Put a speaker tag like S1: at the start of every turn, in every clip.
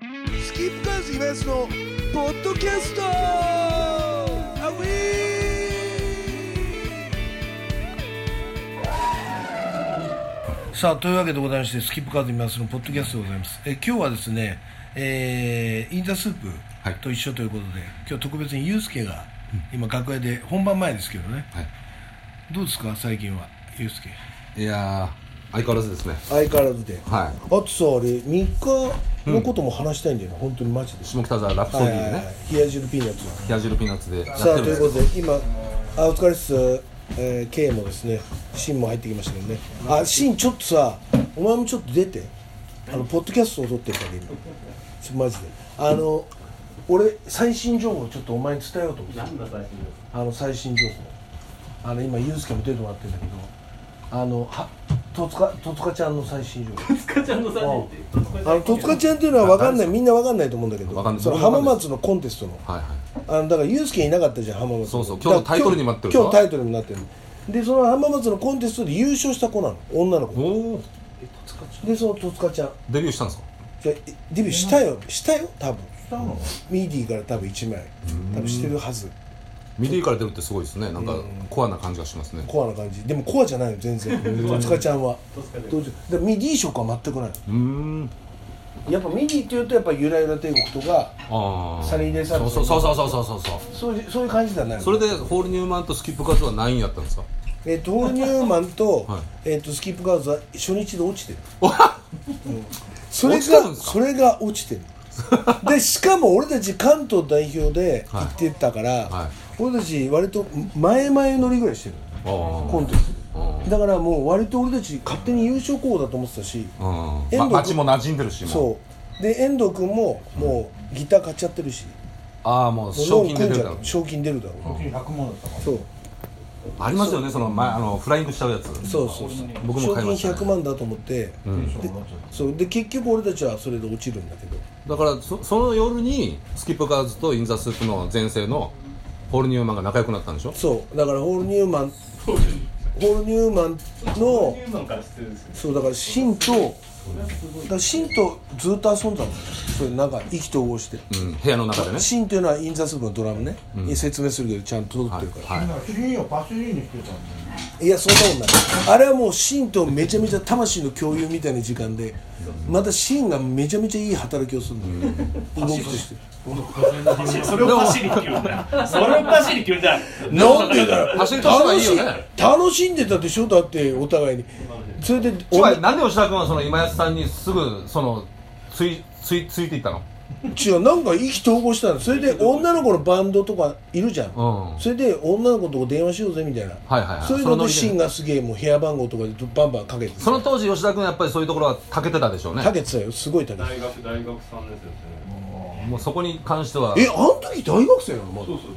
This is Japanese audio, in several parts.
S1: キープカーズイベントのポッドキャストアウィーさあというわけでございましてスキップカードイベントのポッドキャストでございますえ今日はですね、えーインタースープ
S2: はい
S1: と一緒ということで、今日特別にユースケが今楽屋で本番前ですけどね
S2: は
S1: どうですか最近はユースケ
S2: い、いやー相変わらずですね
S1: 相変わらずで
S2: は
S1: あとさあれ日課のことも話したいんだよね、本当にマジで
S2: い北北沢ラプソディでね
S1: 冷や汁ピーナッツ
S2: 冷や汁ピーナッツでやって
S1: さあ
S2: るん
S1: とい
S2: で
S1: う
S2: す
S1: ことで今あお疲れっす、えー、K もですねシンも入ってきましたけどねあシンちょっとさお前もちょっと出てあのポッドキャストを撮ってるから今ちょマジであの俺最新情報をちょっとお前に伝えようと思って
S3: 何の最新情
S1: あの最新情報あの今ユースケも出てもらってるんだけどあのは戸塚戸塚ちゃんの最新情報
S3: 報塚ちゃんの3人って戸塚ちゃ
S1: あ
S3: ん
S1: の戸塚ちゃんっていうのは分かんないみんな分かんないと思うんだけど
S2: わかんない
S1: その浜松のコンテストの
S2: はいはい
S1: あのだからユースケいなかったじゃん浜松
S2: そうそう今日のタイトルにもなってる
S1: だ
S2: でしょ
S1: から今日今日タイトルにもなってるでその浜松のコンテストで優勝した子なの女の
S2: お
S1: 子
S2: おー
S1: でその戸塚ちゃん
S2: デビューしたんですか
S1: じゃあデビューしたよしたよ多分ミーディーから多分1枚多分してるはず
S2: ミディから出るってすごいですねなんかコアな感じがしますね
S1: コアな感じでもコアじゃないよ全然戸塚ちゃんはどうぞでミディー色は全くないの
S2: うーん
S1: やっぱミディーっていうとやっぱゆらゆら帝国とか
S2: ああ
S1: サリーデサー
S2: そ
S1: ト
S2: うそうそうそうそうそう
S1: そ
S2: そう
S1: ういうそういう感じではないの
S2: それでホールニューマンとスキップカツは何位やったんですか
S1: えー、とホールニューマンと,、
S2: はい
S1: えー、とスキップガールズは初日で落ちてる、うんそれ
S2: 落ちたん
S1: が
S2: ですか
S1: それが落ちてるでしかも俺たち関東代表で行ってたから、
S2: はい
S1: 俺たち割と前々乗りぐらいしてる
S2: ああ
S1: コンテストでだからもう割と俺たち勝手に優勝候補だと思ってたし
S2: うん
S1: 遠藤
S2: ま
S1: 君
S2: 街も馴染んでるしも
S1: そうで遠藤君ももうギター買っちゃってるし、
S2: ああもう
S1: もう
S2: 賞金
S1: ローン組ん
S2: 出て
S1: じゃ
S2: るだ
S1: う
S2: ろう
S1: 賞金出るだろ
S4: 100万だったか
S1: うそう
S2: ありますよねその前あのフライングしちゃうやつ
S1: そうそうそう
S2: 僕も買いましたね
S1: 賞金100万だと思って、
S4: らテンション上がっちゃっ
S1: そうで結局俺たちはそれで落ちるんだけど
S2: だからそその夜にスキップカーズとインザスープの前世のホールニューマンが仲良くなったんでしょ
S1: そうだからホールニューマンホールニューマンの
S3: 10万から知ってるんですよ
S1: そうだからシンとだからシンとずっと遊んだのそれなんか意気投合して、
S2: うん、部屋の中でね
S1: シンというのはインザスープのドラムね、説明するけどちゃんと撮ってるから、
S2: は
S4: た
S2: い
S4: だから主任をパスリーにしてたんだよね
S1: い、やそんなもんないあれはもうシンとめちゃめちゃ魂の共有みたいな時間でまたシンがめちゃめちゃいい働きをするのよ、動きとして
S3: それを走りって言うんだよそれを走りって言うんじゃない
S1: なんでだよ
S2: 走り出せばいいよね
S1: 楽し楽しんでたでしょだってお互いにそれで
S2: つまり
S1: 俺
S2: なんで吉田君はその今安さんにすぐそのついついついていったの
S1: 違うなんか意気投合したのそれで女の子のバンドとかいるじゃん、
S2: うん
S1: それで女の子のとこ電話しようぜみたいな、
S2: はいはいはい
S1: そういうの
S2: そのノ
S1: で
S2: リでね
S1: シンがすげえもう部屋番号とかでバンバンかけて
S2: その当時吉田君はやっぱりそういうところはたけてたでしょうね
S1: かけてたよすごい高い
S5: 大学大学3年生ですね
S2: もうそこに関しては
S1: えあの時大学生なのま
S5: そうそう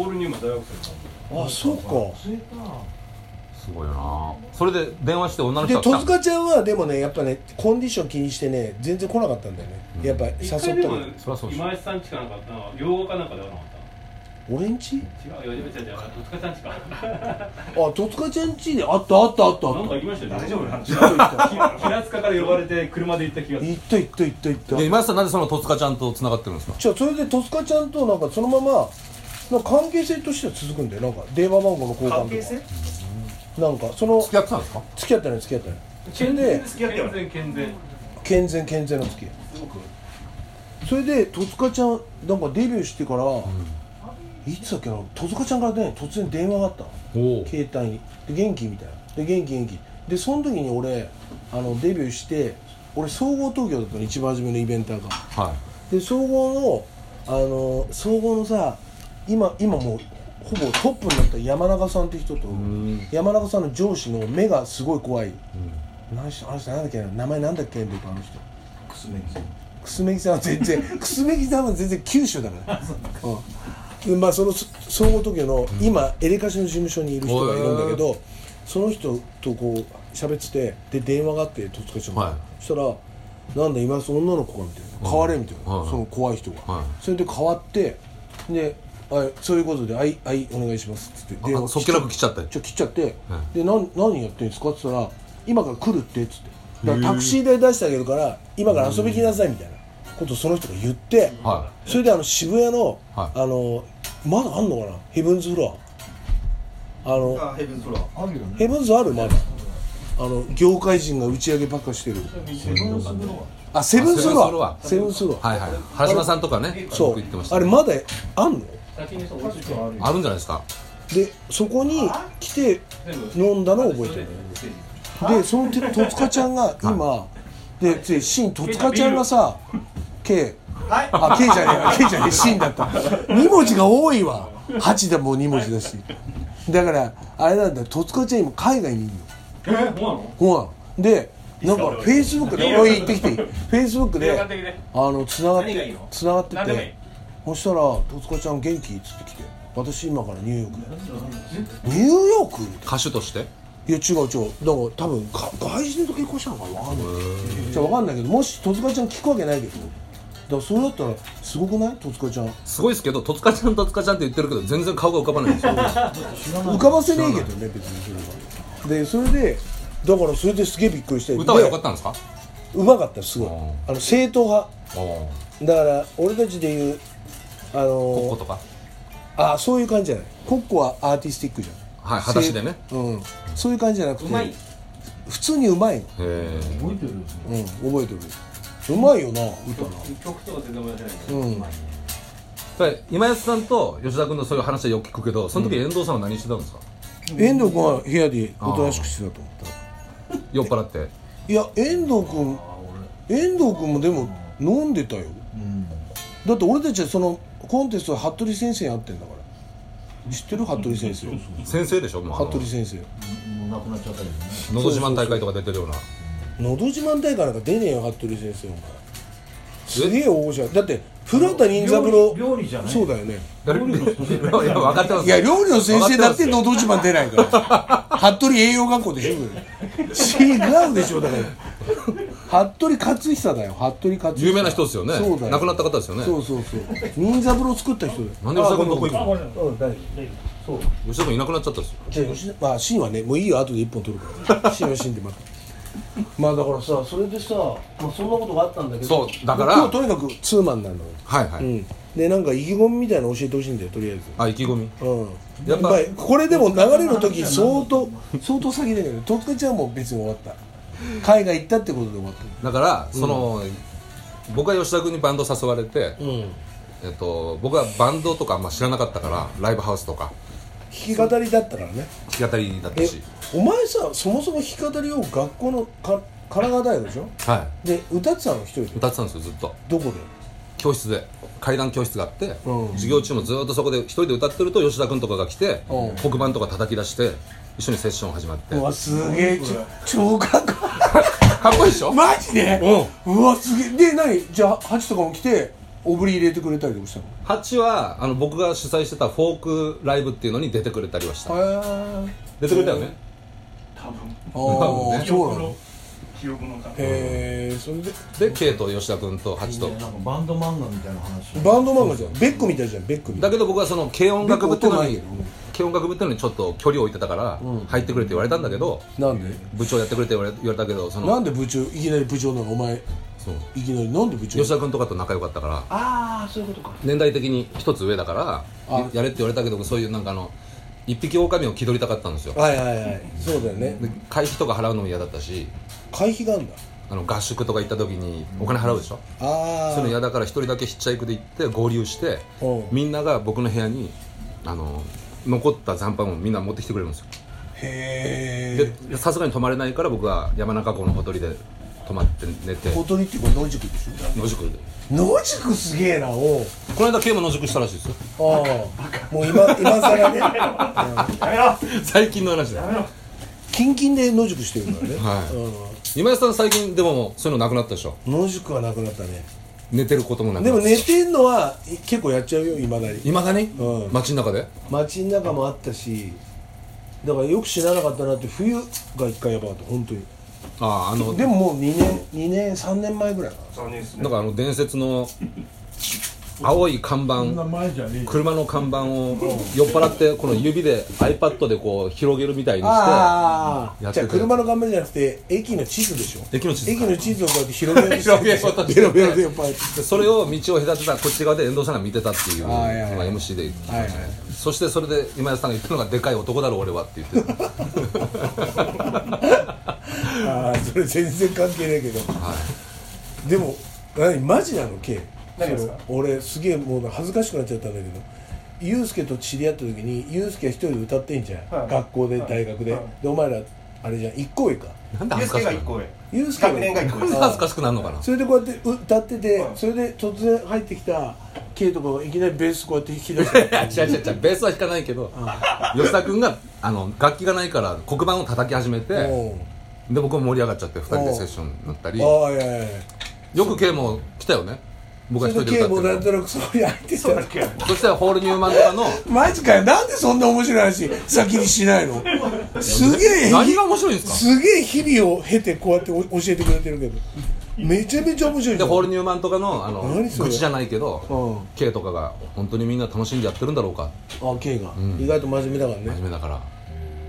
S5: 大ホールニューマン大学生なんで
S1: だあそうか
S4: 忘れた
S2: すごいよなそれで電話して女の
S1: で
S2: 人が来
S1: 戸
S2: たの
S1: 塚ちゃんはでもねやっぱねコンディション気にしてね全然来なかったんだよね、やっぱ
S5: 一
S1: 誘
S5: 回で
S1: った
S5: も
S1: の
S2: そりゃそうでしょ
S5: 今井さんちかなんかあったの洋画かなんかではなかっ
S1: 俺んち
S5: た違うよ違う違う違う戸塚さんちか
S1: あ戸塚ちゃんちであったあったあったあ
S5: なん
S1: っ
S5: か行きましたよ
S4: 大丈夫なの
S1: た
S5: 夫平塚から呼ばれて車で行った気がする
S1: 行った行った行った行った
S2: で今安さんなんでその戸塚ちゃんとつながってるんですか
S1: じゃあそれで戸塚ちゃんとなんかそのままなんか関係性としては続くんだよなんか電話番号の交換
S4: 関係性
S1: とかなんかその
S2: 付き合ってたんですか
S1: 付き合ってない付き合ってないそれ
S5: 健
S1: で
S5: 全付き合って健全健全
S1: 健全健全の付き合いそれで戸塚ちゃんなんかデビューしてから、いつだっけな戸塚ちゃんからね突然電話があったの
S2: おお
S1: 携帯にで元気みたいなで元気元気でその時に俺あのデビューして俺総合東京だったの一番初めのイベンターが
S2: は
S1: で総合のあの総合のさ今今もうほぼトップになった山中さんって人と
S2: ん
S1: 山中さんの上司の目がすごい怖い、何しあの人なんだっけな名前なんだっけって言うとあの人
S4: くすめに
S1: 楠木さんは全然 楠木さんは全然九州だからうんでまあそのそ総合東京の今エレカシの事務所にいる人がいるんだけどその人とこう喋っててで電話があって戸塚ちゃんが、
S2: はい
S1: そしたら「なんだ今その女の子か」みたいな「変われ」みたいな、
S2: はい
S1: その怖い人が、
S2: はい
S1: それで変わってであそういうことで「はいはいお願いします」っつって
S2: いあそっけなく来ちゃって
S1: ちょ切っちゃって「でなん何やってんですか?」っつったら「今から来るって」っつってだからタクシー代出してあげるから今から遊び来なさいみたいなことをその人が言って
S2: は
S1: それであの渋谷の,、
S2: はい
S1: あのまだあんのかなヘブンズフロアあの
S6: あヘブンズフロア
S4: あるよね
S1: ヘブンズあるまだあの業界人が打ち上げばっかしてる
S4: セブンスブロ
S1: あセブンスフロア
S2: あ
S1: セブンスフロア
S2: はいはい原島さんとかね
S1: そ
S2: 僕
S1: う
S2: 言ってました
S1: あ
S2: ね
S1: れまだあんの
S5: 先にそう
S4: ア確かあるよ
S2: あるんじゃないですか
S1: でそこに来て
S5: 全部
S1: 飲んだのを覚えてるでそのて戸塚ちゃんが今ででシーン戸塚ちゃんがさ K
S6: はい
S1: あ K じゃねえ K じゃねえシーンだった2文字が多いわ8でも2文字だしだからあれなんだ戸塚ちゃん今海外にいるの
S5: えそうなの
S1: ほらでなんか
S5: いいっすか
S1: フェイスブック
S5: いい
S1: で
S5: よ
S1: おい行ってきていいフェイスブック
S5: 電
S1: で
S5: 話的で
S1: あのつながっ
S6: 何がいい
S1: て
S6: の
S1: つながって
S5: 何でもい
S1: て
S5: い
S1: そしたら「戸塚ちゃん元気?」っつってきて「私今からニューヨークだよニューヨーク?」
S2: 歌手として
S1: いや違う違うだから多分か外人と結婚したのかなわかんないじゃあわかんないけどもし戸塚ちゃん聞くわけないけどだからそれだったらすごくない戸塚ちゃん
S2: すごいですけど戸塚ちゃん戸塚ちゃんって言ってるけど全然顔が浮かばないんで すよ
S1: 浮かばせねえけどね別にそれはでそれでだからそれですげえびっくりして
S2: 歌は良かったんですか
S1: たうまかったすごい
S2: うん
S1: あの正統派
S2: おお
S1: だから俺たちで言うあのー
S2: こことか
S1: あそういう感じじゃないコッコはアーティスティックじゃん
S2: はい裸足でね
S1: うんそういう感じじゃなく
S6: う
S1: て
S6: まい
S1: 普通にうまいの
S2: へえ
S4: 覚えてるよね
S1: うん覚えてるうまいよな歌な
S5: 曲とか全然思い出せないけど
S1: うん
S2: それ今安さんと吉田君のそういう話はよく聞くけどその時遠藤さんは何してたんですか、
S1: 遠藤君は部屋でおとなしくしてたと思った
S2: 酔っ払って
S1: いや遠藤君遠藤君もでも飲んでたよ
S4: うん
S1: だって俺たちはそのコンテストは服部先生に会ってんだから知ってる服部先生
S2: 先生でしょもうあの
S1: 服部先生
S4: もうなくなっちゃったけどね
S2: 「のど自慢大会」とか出てるような
S1: 「のど自慢大会」なんか出ねえよ服部先生お前すげえ大御所だって古畑任三郎
S4: 料理料理じゃない
S1: そうだよね
S2: いや分かってます
S1: いや料理の先生だって「
S2: 分か
S1: の
S2: って
S1: ど自慢」出ないから服部栄養学校でしょそれ違うでしょだから服部克久だよ服部克久
S2: 有名な人ですよね
S1: そうだよ
S2: 亡くなった方ですよね
S1: そうそうそう忍三郎作った人だよ
S2: なんで吉田君どこ行くの
S1: うん大丈
S2: 吉田君いなくなっちゃったんですよ
S1: 夫じゃあ吉田まあシーンはねもういいよ後で一本取るからシーンはシーンでまたまあだからさそれでさ、まあ、そんなことがあったんだけど
S2: そうだから
S1: 今日とにかくツーマンなんだよ
S2: はいはい、
S1: うんでなんか意気込みみたいなの教えてほしいんだよとりあえず
S2: あ意気込み
S1: うんや
S2: やっ
S1: っ
S2: ぱ
S1: ぱりこれでも流れの時相当相当先だけどとっかちゃんはもう別に終わった海外行ったってことで終わっ
S2: だからその、僕は吉田君にバンド誘われて、
S1: たうん
S2: えっと、僕はバンドとかあんま知らなかったからライブハウスとか
S1: 弾き語りだったからね
S2: 弾き語りだった
S1: え
S2: し
S1: お前さそもそも弾き語りを学校のか神奈川大学でしょ
S2: は
S1: で歌ってたの一人で
S2: い歌ってたんですよずっと
S1: どこで
S2: 教室で階段教室があって、
S1: うん
S2: 授業中もずっとそこで一人で歌ってると吉田君とかが来て、
S1: うん
S2: 黒板とか叩き出して一緒にセッション始まって
S1: うわすげえちょ超かっこ
S2: かっこいいでしょ
S1: マジで
S2: うん
S1: うわすげえで何じゃあハチとかも来ておぶり入れてくれたりとかしたの
S2: ハチはあの僕が主催してたフォークライブっていうのに出てくれたりはした
S1: へえ
S2: 出てくれたよね
S5: 多分
S1: ああ
S5: 記
S1: そう
S5: 憶
S1: なの
S5: の記憶の感
S1: へえそれで
S2: でケイと吉田君とハチ
S4: いい
S2: と
S4: ねなんかバンド漫画みたいな話
S1: バンドマンガじゃんベックみたいじゃんベックみた
S2: だ
S1: い
S2: けど僕はその軽音楽部っていうのに
S1: 音ないよ
S2: 軽音楽部っていうのにちょっと距離を置いてたから、入ってくれって言われたんだけど
S1: なんで
S2: 部長やってくれって言われ言われたけどその
S1: なんで部長いきなり部長なのお前
S2: そう
S1: いきなりなんで部長
S2: 吉田君とかと仲良かったから
S6: ああそういうことか
S2: 年代的に一つ上だか
S1: あ
S2: らやれって言われたけどそういうなんかあの一匹狼を気取りたかったんですよ
S1: はいはいはいそうだよね
S2: で会費とか払うのも嫌だったし
S1: 会費があるんだ
S2: あの合宿とか行った時にお金払うでしょ、
S1: あ
S2: そういうの嫌だから一人だけヒッチハイクで行って合流して
S1: うん
S2: みんなが僕の部屋にあの残った残飯をみんな持ってきてくれるんですよ
S1: あへえ
S2: でさすがに泊まれないから僕は山中湖のほとりで泊まって寝て
S1: 小鳥っていうか野宿でし
S2: 野宿で
S1: ょ野宿すげえなおう
S2: この間 K も野宿したらしいですよ
S1: ああもう 今今さらね
S2: 最近の話だよ
S1: キンキンで野宿してるからね、
S2: はい
S1: い
S2: 今井さん最近でもそういうのなくなったでしょ
S1: うん、野宿はなくなったね
S2: 寝てることもなくな
S1: で
S2: っ
S1: も
S2: た
S1: 寝てんのはい結構やっちゃうよいまだに
S2: いまだに、
S1: うん
S2: 街の中で
S1: 街の中もあったしだからよく死ななかったなって冬が一回やばかった本当に
S2: あああの
S1: でももう2年2年3年前ぐらいかな
S5: じそうですね
S2: なんかあの伝説の青い看
S4: そんな
S2: 板
S4: 前じゃねえ
S2: 車の看板を酔っ払ってこの指で iPad でこう広げるみたいにして
S1: あ
S2: や
S1: あ
S2: っ
S1: じ
S2: て
S1: ゃあ
S2: て
S1: 車の画面じゃなくて駅の地図でしょ
S2: 駅の地図
S1: 駅の地図をこうやって広げようとして
S2: 広げようとして
S1: ベロベロで酔っ払って
S2: でそれを道を隔てたこっち側で遠藤さんが見てたっていうの
S1: あ
S2: が
S1: ーいやいや
S2: MC で言ってま
S1: はいはい
S2: したねそしてそれで今井さんが言ったのが「でかい男だろ俺は」って言ってた
S1: ああそれ全然関係ないけどでも何マジなの K
S5: 何ですか
S1: その俺すげえもう恥ずかしくなっちゃったんだけどユースケと知り合った時にユースケは一人で歌ってんじゃん、
S5: はい
S1: 学校で大学で、
S5: はい
S1: でお前らあれじゃん一個上か
S2: なんで
S7: ユ
S2: 恥
S7: ース
S2: ずか
S7: ケ
S2: しくなる
S7: が1
S2: の
S7: 個上
S1: ユースケ
S7: 学年が1個
S2: なんで
S7: 上
S2: 恥ずかしくなるのかな
S1: それでこうやって歌ってて、
S5: はい
S1: それで突然入ってきた K とかがいきなりベースこうやって弾き出して
S2: いや違う違う違うベースは弾かないけど吉田君があの楽器がないから黒板を叩き始めて
S1: おう
S2: で僕も盛り上がっちゃって2人でセッションになったりよ
S1: ああいやいやいや
S2: く K も来たよね僕
S1: それ
S2: が一人
S1: で
S2: で
S1: K
S2: 歌
S1: も
S2: って
S1: なんとな
S2: る
S1: くそうやってたら
S2: そしたらホールニューマンと かの
S1: マジかよなんでそんな面白い話先にしないのすげえ
S2: 何が面白いんですか
S1: すげえ日々を経てこうやってお教えてくれてるけどめちゃめちゃ面白いじ
S2: で
S1: ゃん
S2: ホールニューマンとかのあの
S1: 何それ
S2: 愚痴じゃないけど
S1: うん
S2: K とかが本当にみんな楽しんでやってるんだろうか
S1: あ K が、
S2: ん
S1: 意外と真面目だから
S2: 真
S1: ね
S2: 面目だから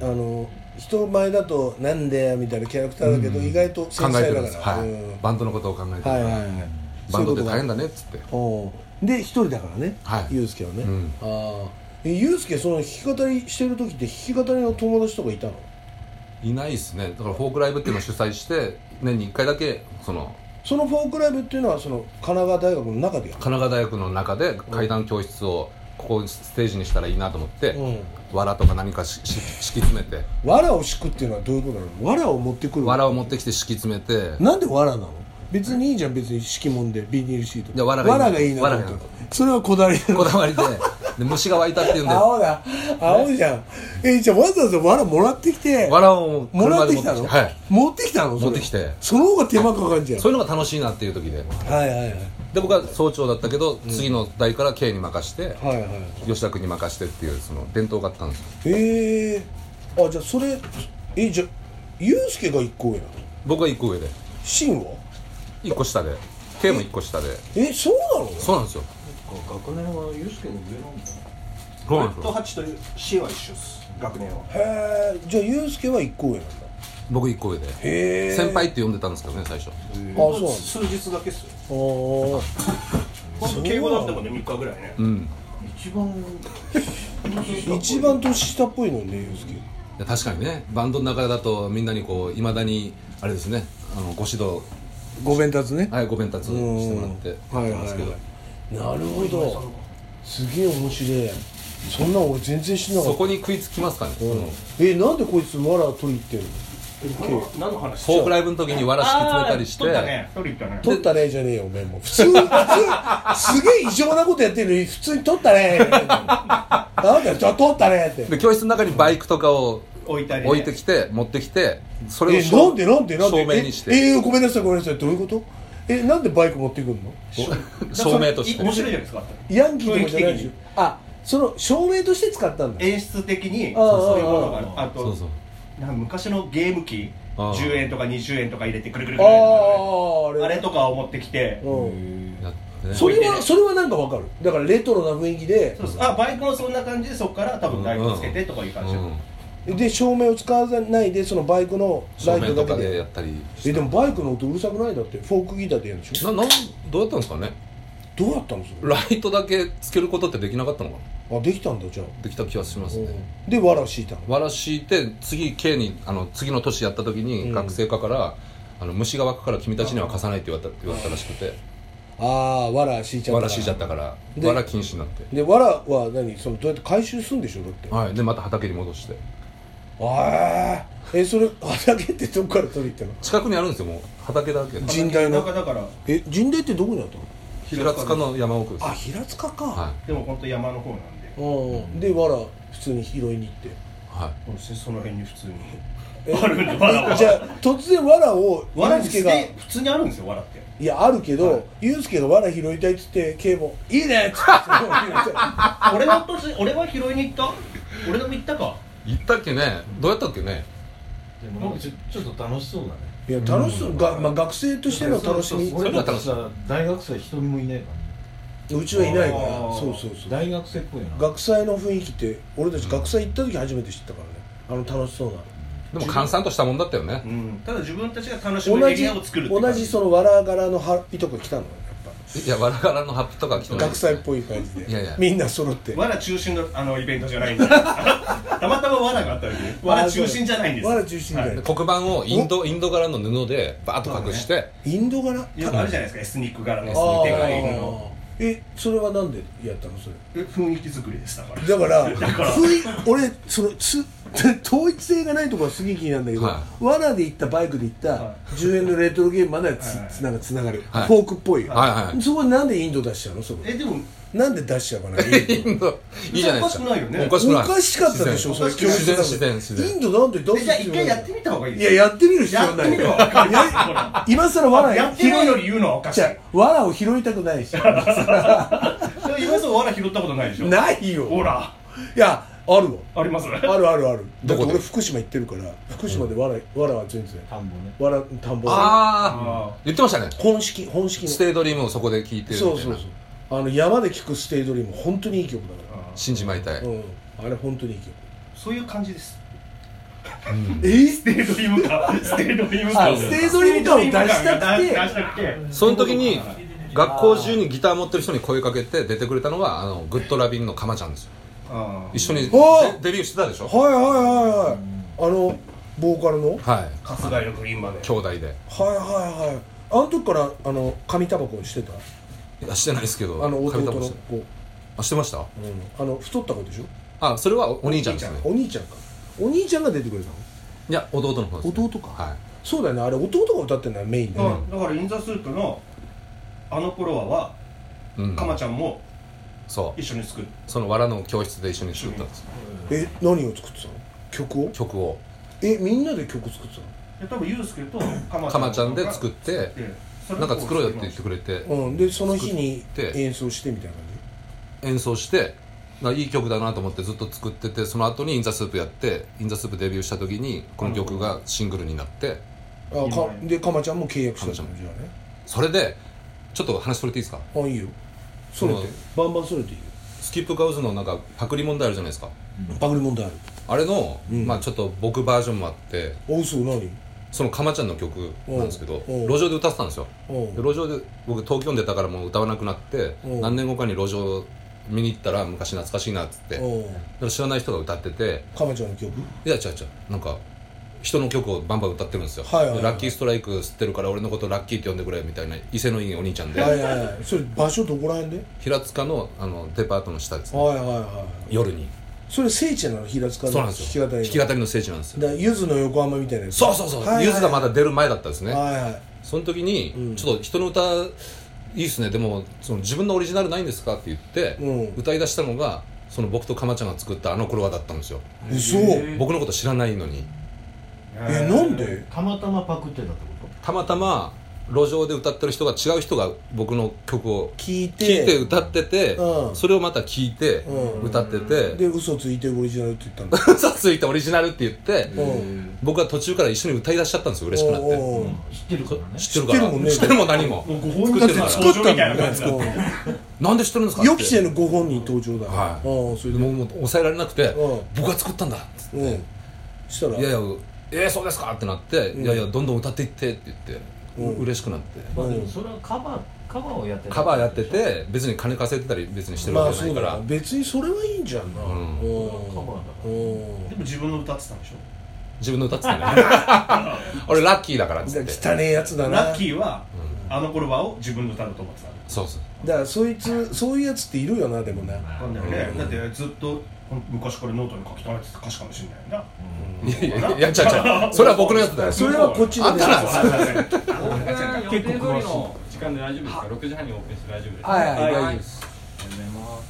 S1: あの人前だとなんでやみたいなキャラクターだけど、意外と繊
S2: 考え
S1: 細
S2: てる
S1: だ
S2: ん
S1: か
S2: です
S1: ら、
S2: は
S1: うん
S2: いバンドのことを考えてる
S1: はいはい
S2: か
S1: はい
S2: らバンドって大変
S1: だ
S2: だねっつって
S1: おで一人だからね、
S2: はい
S1: ユウスケはね、
S2: うん
S1: ああえユウスケその弾き語りしてる時って弾き語りの友達とかいたの
S2: いないですねだからフォークライブっていうのを主催して年に1回だけその
S1: そのフォークライブっていうのはその神奈川大学の中でや
S2: 神奈川大学の中で階段教室をここステージにしたらいいなと思って、
S1: る、うん、
S2: 藁とか何かしし敷き詰めて
S1: 藁を敷くっていうのはどういうことなの藁を持ってくる
S2: 藁を持ってきて敷き詰めて
S1: なんで藁なの別にいいじゃん別に敷物でビニールシート
S2: いや藁がいい
S1: な
S2: 藁がいいな
S1: それはこだわりなの
S2: こだ わりでで虫が湧いたっていうんで
S1: 青だ青じゃんえじゃあわざわざ藁もらってきて
S2: 藁を
S1: もらってきた
S2: 車で
S1: の
S2: 持はい
S1: 持ってきたのそれ
S2: 持ってきて
S1: その方が手間かかんじゃん
S2: そういうのが楽しいなっていう時で
S1: はいはいはい
S2: で僕は総長だったけど、次の代から K に任して
S1: はいはい
S2: 吉田君に任してっていうその伝統があったんですよ
S1: えー、あじゃあそれえじゃあユースケが1個上なの
S2: 僕は1個上で
S1: シンは
S2: 1個下で K も1個下で
S1: えそうなの
S2: そうなんですよ
S4: 学年はユースケの上なんだ
S2: そうなん
S7: 俺
S2: です
S7: と
S2: よ
S7: 8と C は一緒です学年は
S1: へえじゃあユースケは1個上なんだ
S2: 僕1個上で
S1: へえ
S2: 先輩って呼んでたんですけどね最初
S1: あそうなの
S7: 数日だけっすよ
S1: おー
S5: ほんと敬語だったもんね3日ぐらいね
S2: うん
S4: 一番
S1: 一番年下っぽいのねユースケ
S2: いや確かにねバンドの中だとみんなにこういまだにあれですねあのご指導
S1: ご弁達ね
S2: はいご弁達してもらって
S1: はいはい
S2: ますけど、
S1: はいなるほどすげえ面白いそんなん俺全然知んなか
S2: そ
S1: った
S2: こに食いつきますかね、その
S1: えなんでこいつわら取り行ってんの
S5: 何の話
S2: フォークライブの時にわら敷き詰めたりして
S5: 取ったね取り行ったね
S1: 取ったねじゃねえよおめえも普通に普通すげえ異常なことやってるのに普通に取ったねなんだよじゃあ取ったねって
S2: で教室の中にバイクとかを
S7: 置いたりね
S2: 置いてきて持ってきてそれ
S1: え
S2: を
S1: なんでなんでなんで
S2: 正面にして
S1: ええーごめんなさいごめんなさいどういうことえなんでバイク持ってくんの
S2: 照明として
S5: 面白いじゃないですか
S1: ヤンキーとかじゃないでしょ
S5: 雰囲気的に
S1: あその照明として使ったんだ
S7: 演出的に
S1: あー
S7: そういうものがあるあ
S2: そ
S7: と
S2: うそう
S7: なんか昔のゲーム機
S2: あー
S7: 10円とか20円とか入れてくるくる
S1: あ
S7: くるあ
S1: ああれ
S7: れとかを持ってきて
S1: うん
S2: やってね
S1: それ
S7: 置いて
S1: は
S7: ね
S1: それはなんかわかるだからレトロな雰囲気で
S7: そうですあバイクもそんな感じでそこから多分ライトつけてとかいう感じで
S2: うん
S1: で照明を使わないでそのバイクのラ
S2: 照
S1: イ
S2: 明
S1: ト
S2: と
S1: だ
S2: か
S1: け
S2: でや
S1: で
S2: ったりして
S1: えでもバイクの音うるさくないだってフォークギターでやるんでしょ
S2: ななんどうやったんですかね
S1: どうやったんです
S2: ライトだけつけることってできなかったのかな
S1: あできたんだじゃあ
S2: できた気はしますね、
S1: でわら敷いたの
S2: わら敷いて次 K にあの次の年やった時に学生課から、あの虫が湧くから君たちには貸さないって言われた言われたらしくて
S1: ああーわら敷いちゃった
S2: わら敷いちゃったから
S1: で
S2: わら禁止になって
S1: でわらは何そのどうやって回収するんでしょだって
S2: はいでまた畑に戻して
S1: あーえそれ畑ってどこから取り行っ
S2: 近くにあるんですよもう畑だらけで
S1: たの神代
S7: なん
S1: の
S7: かだから
S1: え神代ってどこにあったの
S2: 平塚の山奥です
S1: あ平塚か、
S2: は
S7: でも本当山の方なんで
S1: うんでわら普通に拾いに行って
S2: いは
S7: そうですねその辺に普通に
S1: ええじゃあ突然わらを
S7: わらに
S1: ユース
S7: 普
S1: ケ
S7: 通に
S1: が
S7: 普通にあるんですよわらって
S1: いやあるけ
S7: は
S1: ど
S7: い
S1: ユースケがわら拾いたいっつってケイも「いいね」っつ って
S7: 俺は年俺は拾いに行った俺でも行ったか
S2: い行ったっけねどうやったっけね
S4: でもなんかちょちょっと楽しそうだね
S1: いや楽しそうが、まあ、学生としての楽しみ
S4: 俺
S2: れが
S4: だ
S2: 楽
S4: と
S2: しい
S4: さ大学生一人もいねえから
S1: うちはいないから
S4: あー
S1: そうそうそう
S4: 大学生っぽいな
S1: 学祭の雰囲気って俺たち学祭行った時初めて知ったからねあの楽しそうな
S2: でも閑散としたもんだったよね
S7: うんただ自分たちが楽しむ
S1: 同
S7: エ
S1: じ
S7: リアを作るって
S1: 同じそのわら柄のハッピーとか来たのやっ
S2: いやわらがらのハッピーとか来て
S1: ぱ
S2: ない
S1: 学祭っぽい感じで
S2: いやいや
S1: みんな揃って
S7: わら中心のあのイベントじゃないんでたま たまわらがあったわけでわら中心じゃないんです
S1: わら中心だよ、
S2: で黒板をインドインド柄の布でバーッと隠して、
S1: インド柄
S7: よくあるじゃないですかエスニック柄の
S2: エスニッ
S1: あ
S2: ク
S1: あ
S7: でかいの
S1: えそれはなんでやったのそれ
S7: え雰囲気作りでしたか
S1: だ
S7: ら
S1: からふい俺そのつ 統一性がないところはすげえ気になるんだけど、
S2: は
S1: 罠で行ったバイクで行った、
S7: は
S1: 10円のレトロゲームまだつ,、なんかつながる、
S2: はい
S1: フォークっぽい、
S2: はいはいはい
S1: そこでなんでインド出しちゃうのそこ
S7: えでも
S1: なんで出しちゃうかなインド
S2: インドいいじゃないですか
S7: おかしくないよね
S2: おかしく
S1: お
S2: ない
S1: かしかったでしょ
S2: 自
S1: それ
S2: 然自然自然自然
S1: インドなんで出
S7: え
S1: す
S7: じゃあ
S1: 必
S7: 一
S1: 要
S7: 回
S1: な
S7: やってみた方がいい
S1: い
S7: です
S1: や
S7: よ
S1: やってみる必
S7: や
S1: 要
S7: っ
S1: ない
S7: てみろ
S1: よ
S7: わかりますよこれ
S1: 今更わら
S7: やってないより言うのはおかし
S1: じ
S7: い
S1: ゃあわらを拾いたくない し
S7: 今さわら拾ったことないでしょ
S1: ないよ
S7: ほら
S1: いやあるわ
S7: あります
S1: あるあるあるだ
S2: ど
S1: っ
S2: こ
S1: て
S2: で
S1: 俺福島行ってるから福島でわらわらは全然
S4: 田んぼね
S1: わら田んぼ
S2: ああ言ってましたね
S1: 本式本式の
S2: ステイドリームをそこで聞いてるみたい
S1: そ
S2: な
S1: うそうそうあの山で聴くステイドリーム本当にいい曲だか
S2: 信じまいたい、
S1: らうんあれ本当にいい曲
S7: そういう感じです
S1: えー
S7: ステイドリームかステイドリーム
S1: あ
S7: か
S1: ステイドリーム感を出したくて
S7: 出したくて
S2: その時に学校中にギター持ってる人に声かけて出てくれたのがあのグッドラビンのかまちゃんですよ
S7: あ
S2: 一緒に
S1: おー
S2: デデビューしてたでしょ
S1: はいはいはいはいあのボーカルのはい
S2: はい
S7: あ春日井のグリーンまで
S2: 兄弟で
S1: はいはいあの時からあの紙タバコしてた
S2: いやしてないですけど
S1: あの弟
S2: 紙
S1: の
S2: タバコ
S1: 子
S2: してあしてました
S1: うんあの太った子でしょ
S2: あそれはお兄ちゃんですね
S1: お兄ちゃんかお兄ちゃんが出てくれたの
S2: いや弟の方です、ね、
S1: 弟か
S2: は、
S1: そうだよねあれ弟が歌ってるのはメインだよね
S7: うんだからインザスープのあの頃ははい
S2: うん、
S7: かまちゃんも
S2: そう
S7: 一緒に作って
S2: その藁の教室で一緒に作ったんですよ
S1: え何を作ってたの曲を
S2: 曲を
S1: えみんなで曲作って
S7: で多分ユースケとかま
S2: かまちゃんで作って
S7: それ
S2: な
S7: を
S2: んか作ろうよって言ってくれて
S1: たのうんでその日に
S2: 作って
S1: 演奏してみたいな感じ
S2: 演奏してなんかいい曲だなと思ってずっと作っててその後に「インザスープやって「インザスープデビューした時にこの曲がシングルになって
S1: あか
S7: 今
S1: でかまちゃんも契約したんだ
S2: かま
S1: じゃあね
S2: それでちょっと話それていいですか
S1: あいいよそれてバンバンそれていいよ
S2: スキップカウズのなんかパクリ問題あるじゃないですか
S1: パクリ問題ある
S2: あれの、
S1: うん
S2: まあちょっと僕バージョンもあって
S1: おうそ何
S2: そのかまちゃんの曲なんですけど
S1: おうおう
S2: 路上で歌ってたんですよ
S1: お
S2: で
S1: う
S2: 路上で僕東京に出たからもう歌わなくなって
S1: おう
S2: 何年後かに路上見に行ったら昔懐かしいなっつって
S1: おう
S2: でも知らない人が歌ってて
S1: かまちゃんの曲
S2: いや違う違うなんか人の曲をバンバン歌ってるんですよ、
S1: はいはいはい
S2: でラッキーストライク吸ってるから俺のことラッキーって呼んでくれみたいな威勢のいいお兄ちゃんで、
S1: はいはいはいそれ場所どこら辺で
S2: 平塚のあのデパートの下です、ね、
S1: はいはいはい
S2: 夜に
S1: それ聖地なの平塚の
S2: そうなんですよ
S1: 弾き語りの
S2: 弾き語りの聖地なんですよ
S1: だからゆずの横浜みたいなやつ
S2: そうそうそう、
S1: はいはい
S2: ユーズがまだ出る前だったんですね、
S1: はいはい
S2: その時に、
S1: うん
S2: ちょっと人の歌いいっすねでもその自分のオリジナルないんですかって言って、
S1: うん
S2: 歌い出したのがその僕とかまちゃんが作ったあの頃はだったんですよ
S1: 嘘
S2: 僕のこと知らないのに
S1: えなんで
S4: たまたまパクってたってこ
S2: たまたま路上で歌ってる人が違う人が僕の曲を
S1: 聞いて
S2: 聴いて歌ってて、
S1: うん
S2: それをまた聴いて
S1: うん
S2: 歌ってて、
S1: で嘘ついてオリジナルって言ったんだ
S2: 嘘ついてオリジナルって言って、
S1: うん
S2: 僕は途中から一緒に歌い出しちゃったんですよ嬉しくなって、
S1: おうおう
S4: と知ってるからね
S2: 知ってるから
S1: 知ってるもんね
S2: 知ってるもん何も
S7: ご本
S1: だ
S7: 人
S1: って作った
S7: みたいな感じ
S1: もんね
S2: なんで知ってるんです
S1: う
S2: か
S1: ん
S2: って
S1: 予期せぬご本人登場だ
S2: はい
S1: うんそれで
S2: もうもう抑えられなくて、
S1: うん
S2: 僕が作ったんだっつって、
S1: うんしたら
S2: いやいやえー、そうですかってなって、
S1: ん
S2: いやいやどんどん歌っていってって言って、
S1: うん
S2: 嬉しくなって
S4: まあでもそれはカバーカバーをやってた
S2: カバーやってて別に金稼いでたり別にしてるわけじゃないから、
S1: まあそうだな別にそれはいいんじゃんなう
S2: うん
S1: ん
S4: カバーだか
S1: うん
S7: でも自分の歌ってたんでしょ
S2: 自分の歌ってたね 俺ラッキーだからっつって
S1: 汚ねえやつだな
S7: ラッキーはあの頃はを自分の歌だと思ってた
S2: そうそう
S1: だからそいつそういうやつっているよなでもな
S7: なんだよねだってずっと昔からノートに書き留めてた歌詞かもしれないない
S2: やいやいやっちゃうちゃうそれは僕のやつだよ
S1: それはこっちで
S2: あんたら
S1: は
S3: 結構詳しい時間で大丈夫ですか6時半にオープンして大丈夫ですか
S1: いはい大丈夫です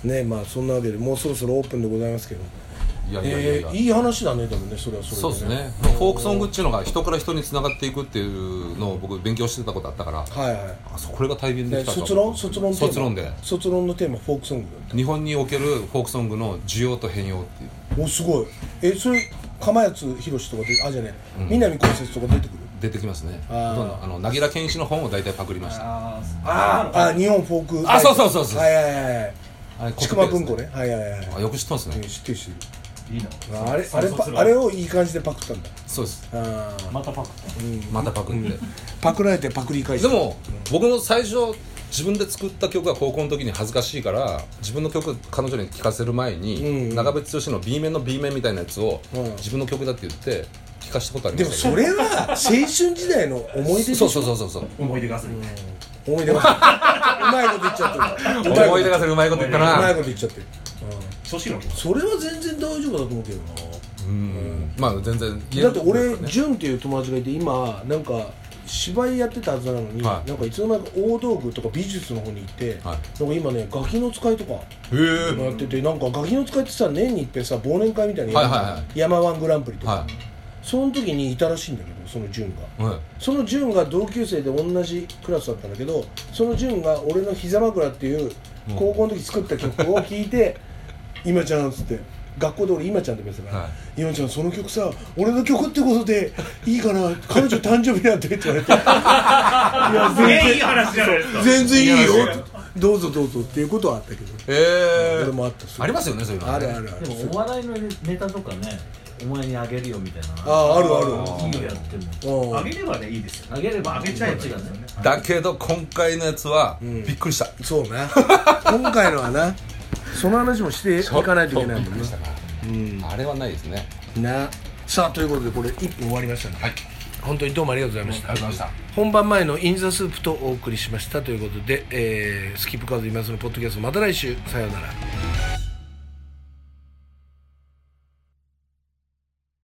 S1: ねまあそんなわけでもうそろそろオープンでございますけど
S2: いやいやいやい
S1: え
S2: や
S1: ーいい話だねでもねそれはそれ
S2: そうですねフォークソングっていうのが人から人につながっていくっていうのを僕勉強してたことあったから
S1: はいはい
S2: あそうこれが対面で
S1: で
S2: きたと
S1: 卒論卒論テーマ
S2: 卒論で
S1: 卒論のテーマフォークソング
S2: 日本におけるフォークソングの需要と変容っていう
S1: おすごいえそれ釜谷津宏とかであじゃね南こうせつとか出てくる
S2: 出てきますね
S1: あー
S2: ほとんどあの凪良健一の本を大体パクりました
S1: あ日本フォーク
S2: あそうそうそうそう
S1: はいはいはいはい
S2: あれ
S1: 千曲
S2: コピペです
S1: 文庫ねはいはいはい
S2: あよく知ってます
S1: うん
S2: ね
S1: 知ってる知って
S4: いいな
S1: るあれ
S4: そ
S1: あれ
S4: そ
S1: パ
S4: そ
S1: あれをいい感じでパクったんだ
S2: そうです
S1: あー
S4: またパクって
S2: またパクって
S1: パクられてパクり返し
S2: で
S1: た
S2: も僕も最初自分で作った曲は高校の時に恥ずかしいから自分の曲彼女に聴かせる前に、
S1: うん
S2: 長渕剛の B 面の B 面みたいなやつを、
S1: うん
S2: 自分の曲だって言って聴かしたことあり
S1: で
S2: ま
S1: も
S2: した
S1: そ
S2: よ
S1: れは青春時代の思い出でし
S2: そ
S1: ょ
S2: うそうそうそうそう
S5: 思い出がする
S1: 思い出がうまいこと言っちゃってる
S2: 思い出がそれうまいこと言った
S1: うまい
S2: な
S1: こと言っちゃってる
S5: 初心の曲
S1: それは全然大丈夫だと思うけどな
S2: うんまあ全然言
S1: だ
S2: え
S1: って
S2: る
S1: 俺潤っていう友達がいて今なんか芝居やってたはずなのに、
S2: はい
S1: なんかいつの間にか大道具とか美術の方に行って、
S2: はい
S1: なんか今ねガキの使いとか
S2: へえ
S1: やってて、なんかガキの使いってさ年にいっぺんさ忘年会みたいなのやるじゃん
S2: はいはいはい
S1: 山ワングランプリとか、
S2: は
S1: その時にいたらしいんだけどその潤が
S2: いはい
S1: その潤が同級生で同じクラスだったんだけどその潤が俺の膝枕っていう高校の時作った曲を聴いて「今ちゃん」っつって学校で俺「今ちゃん」って呼んでたから
S2: はい
S1: 「今ちゃんその曲さ俺の曲ってことでいいかな彼女誕生日なんて」って言われて「いや全然
S5: いい話じゃないですか
S1: 全然いいよ」 どうぞどうぞ」っていうことはあったけど
S2: え
S1: 俺
S2: ー
S1: もあった
S2: ありますよねそういうのね
S1: あるあるある
S4: でもお笑いのネタとかねお前にあげるよみたいな
S1: あああるある
S4: いいよやっても
S1: うん
S5: あげればねいいですよ
S4: あげれば
S5: あげちゃえばいい
S4: こ
S5: で
S4: っ
S5: す
S4: ち
S5: よ
S4: が
S5: ね
S4: ね
S2: だけど今回のやつは、
S1: ん
S2: びっくりした
S1: そうね 今回のはなその話もしていかないといけないもんね
S2: あれはないですね
S1: なさあということでこれ1分終わりましたね
S2: はい
S1: 本当にどうもありがとうございました
S2: ありがとうございま
S1: 本番前の「イン・ザ・スープ」とお送りしましたということで、えースキップカード今すのポッドキャストまた来週さようなら